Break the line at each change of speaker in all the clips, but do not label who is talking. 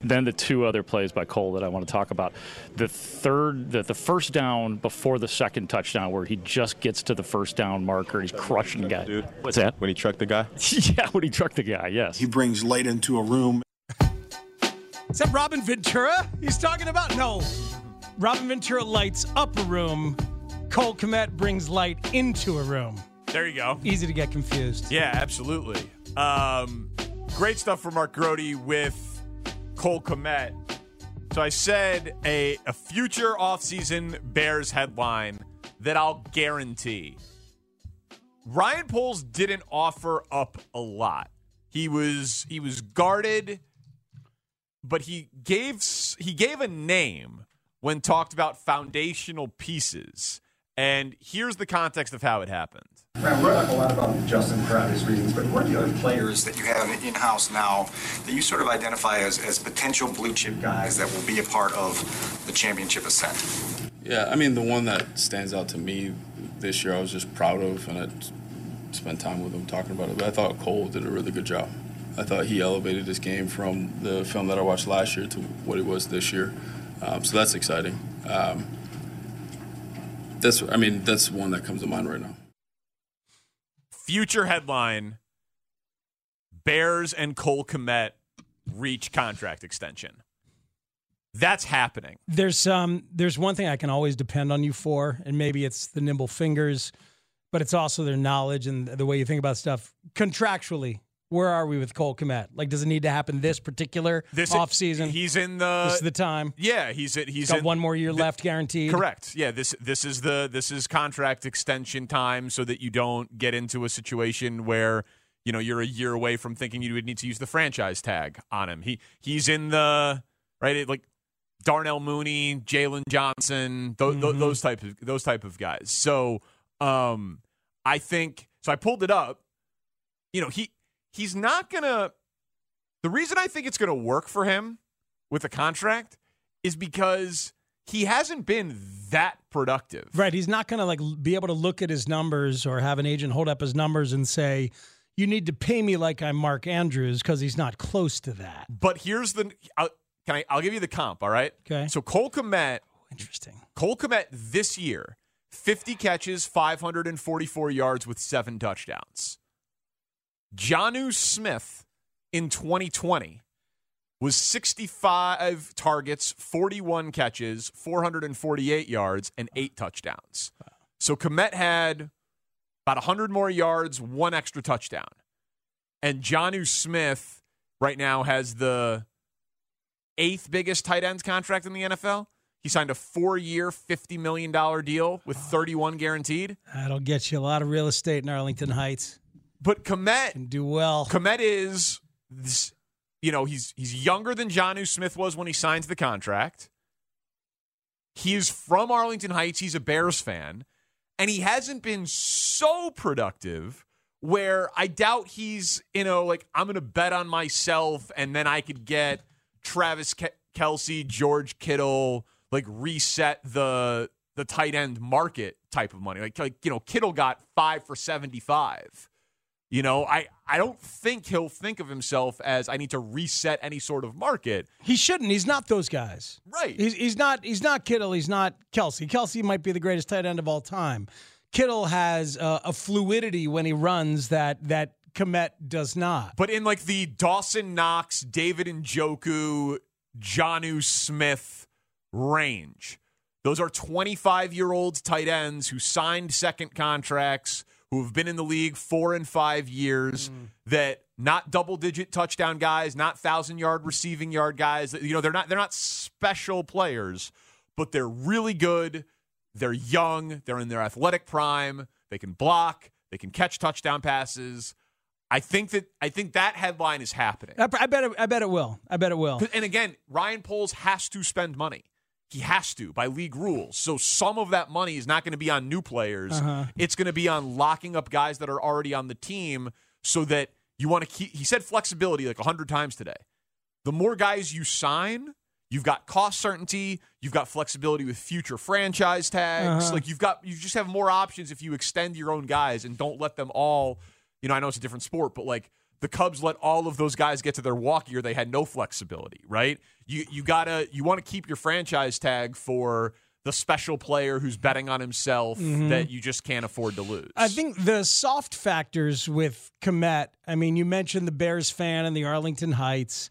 Then the two other plays by Cole that I want to talk about. The third, the, the first down before the second touchdown, where he just gets to the first down marker, he's crushing the guy.
Dude.
What's that?
When he trucked the guy?
yeah, when he trucked the guy, yes.
He brings light into a room.
Is that Robin Ventura he's talking about? No. Robin Ventura lights up a room. Cole Komet brings light into a room.
There you go.
Easy to get confused.
Yeah, absolutely. Um, great stuff from Mark Grody with Cole Komet. So I said a, a future offseason Bears headline that I'll guarantee. Ryan Poles didn't offer up a lot. He was he was guarded, but he gave s- he gave a name when talked about foundational pieces. And here's the context of how it happened.
Brad, wrote up a lot about Justin for obvious reasons, but what are the other players that you have in house now that you sort of identify as, as potential blue chip guys that will be a part of the championship ascent?
Yeah, I mean, the one that stands out to me this year, I was just proud of, and I spent time with him talking about it. But I thought Cole did a really good job. I thought he elevated his game from the film that I watched last year to what it was this year. Um, so that's exciting. Um, that's, I mean, that's one that comes to mind right now.
future headline Bears and Cole Komet reach contract extension. That's happening.
There's um there's one thing I can always depend on you for, and maybe it's the nimble fingers, but it's also their knowledge and the way you think about stuff. Contractually, where are we with Cole Komet? Like, does it need to happen this particular
This
offseason?
He's in the.
this is the time.
yeah, he's in, he's
Got
in,
one more year
thi-
left, guaranteed.
Correct. Yeah, this this is the this is contract extension time so that you don't get into a situation where you know you're a year away from thinking you would need to use the franchise tag on him. He he's in the right it, like Darnell Mooney, Jalen Johnson, tho- tho- those type of those type of guys. So um I think so I pulled it up. You know, he he's not going to the reason I think it's going to work for him with a contract is because he hasn't been that productive.
Right. He's not going to like l- be able to look at his numbers or have an agent hold up his numbers and say, "You need to pay me like I'm Mark Andrews," because he's not close to that.
But here's the I'll, can I? I'll give you the comp. All right.
Okay.
So Cole Komet,
Interesting.
Cole Komet this year, 50 catches, 544 yards with seven touchdowns. Jonu Smith in 2020 was 65 targets, 41 catches, 448 yards, and eight touchdowns. So Komet had about 100 more yards, one extra touchdown. And Jonu Smith right now has the eighth biggest tight ends contract in the NFL. He signed a four year, $50 million deal with 31 guaranteed.
That'll get you a lot of real estate in Arlington Heights.
But Komet,
Can do well.
Komet is, this- you know, he's he's younger than Johnu Smith was when he signs the contract. He is from Arlington Heights. He's a Bears fan. And he hasn't been so productive where I doubt he's, you know, like, I'm going to bet on myself and then I could get Travis Ke- Kelsey, George Kittle, like reset the the tight end market type of money. Like, like you know, Kittle got five for 75. You know, I, I don't think he'll think of himself as I need to reset any sort of market.
He shouldn't. He's not those guys.
Right.
He's, he's not. He's not Kittle. He's not Kelsey. Kelsey might be the greatest tight end of all time. Kittle has uh, a fluidity when he runs that that Komet does not.
But in like the Dawson Knox, David and Joku, Jonu Smith range, those are 25 year old tight ends who signed second contracts, who have been in the league four and five years, that not double digit touchdown guys, not thousand yard receiving yard guys. You know, they're not they're not special players, but they're really good. They're young. They're in their athletic prime. They can block. They can catch touchdown passes. I think that I think that headline is happening.
I, I bet. It, I bet it will. I bet it will.
And again, Ryan Poles has to spend money. He has to by league rules. So some of that money is not going to be on new players. It's going to be on locking up guys that are already on the team so that you want to keep he said flexibility like 100 times today. The more guys you sign, you've got cost certainty, you've got flexibility with future franchise tags.
Uh-huh.
Like you've got you just have more options if you extend your own guys and don't let them all, you know, I know it's a different sport, but like the Cubs let all of those guys get to their walk year. They had no flexibility, right? You you gotta you want to keep your franchise tag for the special player who's betting on himself that you just can't afford to lose.
Mm-hmm. I think the soft factors with Komet, I mean, you mentioned the Bears fan and the Arlington Heights,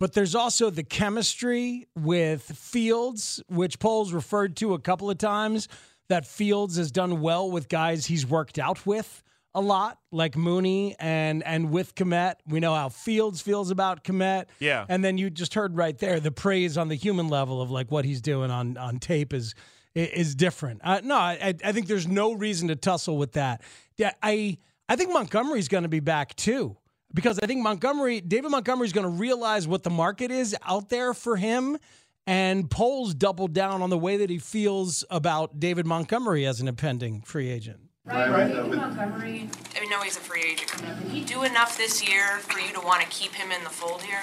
but there's also the chemistry with Fields, which Polls referred to a couple of times, that Fields has done well with guys he's worked out with a lot, like Mooney and and with Komet. We know how Fields feels about Komet.
Yeah.
And then you just heard right there the praise on the human level of like what he's doing on on tape is is different. Uh, no, I I think there's no reason to tussle with that. Yeah, I I think Montgomery's going to be back too because I think Montgomery David Montgomery's going to realize what the market is out there for him. And polls doubled down on the way that he feels about David Montgomery as an impending free agent.
Ryan, David Montgomery, I know he's a free agent coming up. Did he do enough this year for you to want to keep him in the fold here?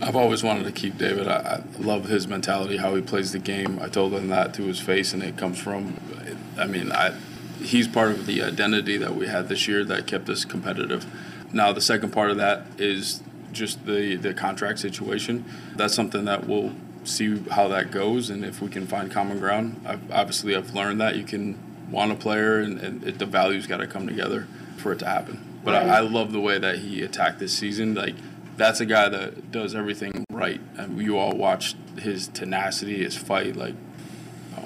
I've always wanted to keep David. I, I love his mentality, how he plays the game. I told him that to his face, and it comes from. I mean, I he's part of the identity that we had this year that kept us competitive. Now, the second part of that is just the the contract situation. That's something that we'll see how that goes, and if we can find common ground. I've, obviously, I've learned that you can want a player, and, and it, the values got to come together for it to happen. But I, I love the way that he attacked this season. Like that's a guy that does everything right. And you all watched his tenacity, his fight. Like,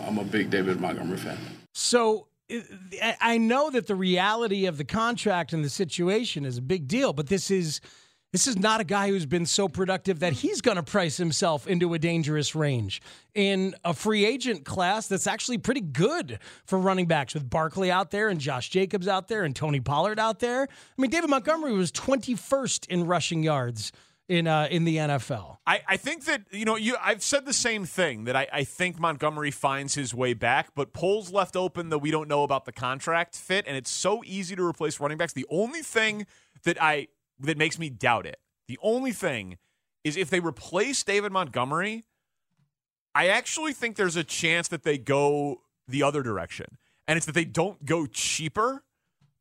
I'm a big David Montgomery fan.
So it- I I know that the reality of the contract and the situation is a big deal, but this is this is not a guy who's been so productive that he's going to price himself into a dangerous range in a free agent class that's actually pretty good for running backs with Barkley out there and Josh Jacobs out there and Tony Pollard out there. I mean, David Montgomery was 21st in rushing yards in uh, in the NFL.
I, I think that you know you I've said the same thing that I, I think Montgomery finds his way back, but polls left open that we don't know about the contract fit, and it's so easy to replace running backs. The only thing that I that makes me doubt it, the only thing is if they replace David Montgomery, I actually think there's a chance that they go the other direction. And it's that they don't go cheaper,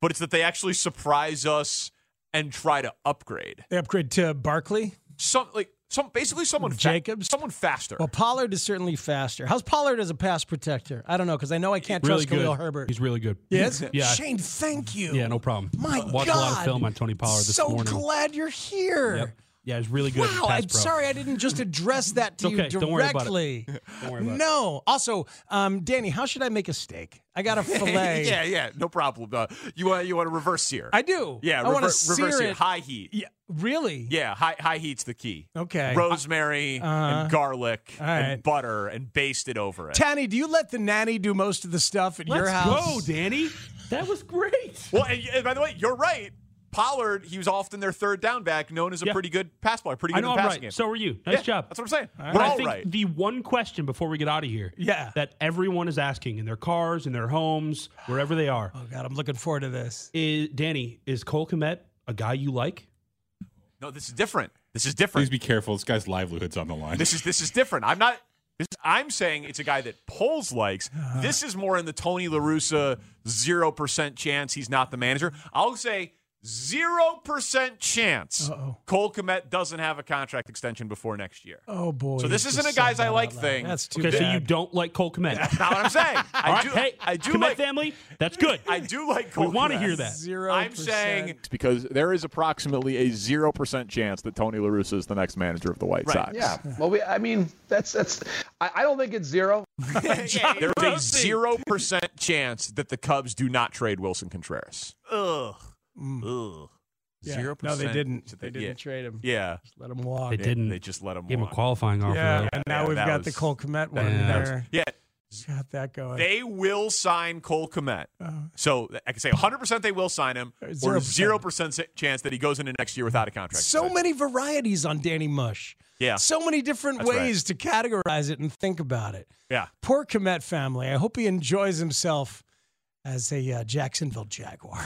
but it's that they actually surprise us and try to upgrade.
They upgrade to Barkley.
Some like some basically someone fa-
Jacobs?
someone faster.
Well, Pollard is certainly faster. How's Pollard as a pass protector? I don't know because I know I can't
really
trust
good.
Khalil Herbert.
He's really good.
Yes.
Yeah.
Shane, thank you.
Yeah, no problem.
My
Watch a lot
God.
of film on Tony Pollard this
so
morning.
glad you're here.
Yep. Yeah, he's really good. at
Wow,
pass
I'm
pro.
sorry I didn't just address that to
It's okay.
you
Don't worry about
directly.
Don't worry about it.
no. Also, um, Danny, how should I make a steak? I got a fillet.
yeah, yeah, no problem. Uh, you want you want to reverse sear?
I do.
Yeah,
I want to
rever-
sear
reverse sear.
it.
High heat.
Yeah, really?
Yeah, high high heat's the key.
Okay.
Rosemary
Uh,
and garlic
All right.
and butter and baste it over it.
Tanny, do you let the nanny do most of the stuff at your
Let's
house?
go, Danny. That was great.
Well, and, and by the way, you're right. Pollard, he was often their third down back, known as a
Yeah.
pretty good pass player, pretty good
I know
in the
I'm right.
passing game.
So are you. Nice
Yeah,
job.
That's what I'm saying.
But
We're
I
all
think
right.
the one question before we get out of here,
Yeah.
that everyone is asking in their cars, in their homes, wherever they are,
Oh God, I'm looking forward to this.
is Danny is Cole Komet a guy you like?
no, this is different. This is
Please
different.
be careful. This guy's livelihood's on the line.
This is this is different. I'm not. This, I'm saying it's a guy that polls likes. This is more in the Tony Larusa zero percent chance he's not the manager. I'll say zero percent chance Cole Komet doesn't have a contract extension before next year.
Oh boy.
So this
you
isn't
just
a guys
said
I
that
like
out loud.
thing.
That's too
Okay, so you
bad.
don't like Cole Komet.
Not what I'm saying. I
All right,
do.
hey,
I do
Komet
like.
family. That's good.
I do like
We
Cole.
want to
Kmet.
hear that.
Zero.
I'm saying
because there is approximately a 0% chance that Tony La Russa is the next manager of the White
Right.
Sox. Yeah.
Well, we, I mean, that's that's. I, I don't think it's zero.
there's a zero percent chance that the Cubs do not trade Wilson Contreras. Ugh. Ugh.
Mm. Yeah.
Zero
No,
percent.
they didn't.
that
They didn't trade him.
Yeah.
Let him walk.
They didn't.
They just let him
Gave him a
walk.
qualifying offer.
Yeah,
though.
and now
Yeah,
we've
that
got
was-
the Cole Komet one
Yeah.
there.
Yeah.
Got that going.
They will sign Cole Komet.
Oh.
So I can say 100% they will sign him, or
0%.
0% sa- chance that he goes into next year without a contract.
so many varieties on Danny Mush.
Yeah.
So many different
That's right.
ways to categorize it and think about it.
Yeah.
Poor Komet family. I hope he enjoys himself as a uh, Jacksonville Jaguar.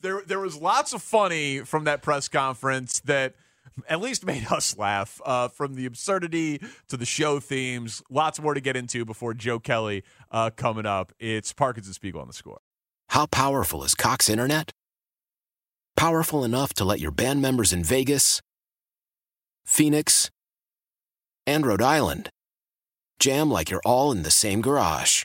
there there was lots of funny from that press conference that at least made us laugh uh, from the absurdity to the show themes lots more to get into before joe kelly uh, coming up it's parkinson spiegel on the score
How powerful is Cox Internet? Powerful enough to let your band members in Vegas, Phoenix, and Rhode Island jam like you're all in the same garage.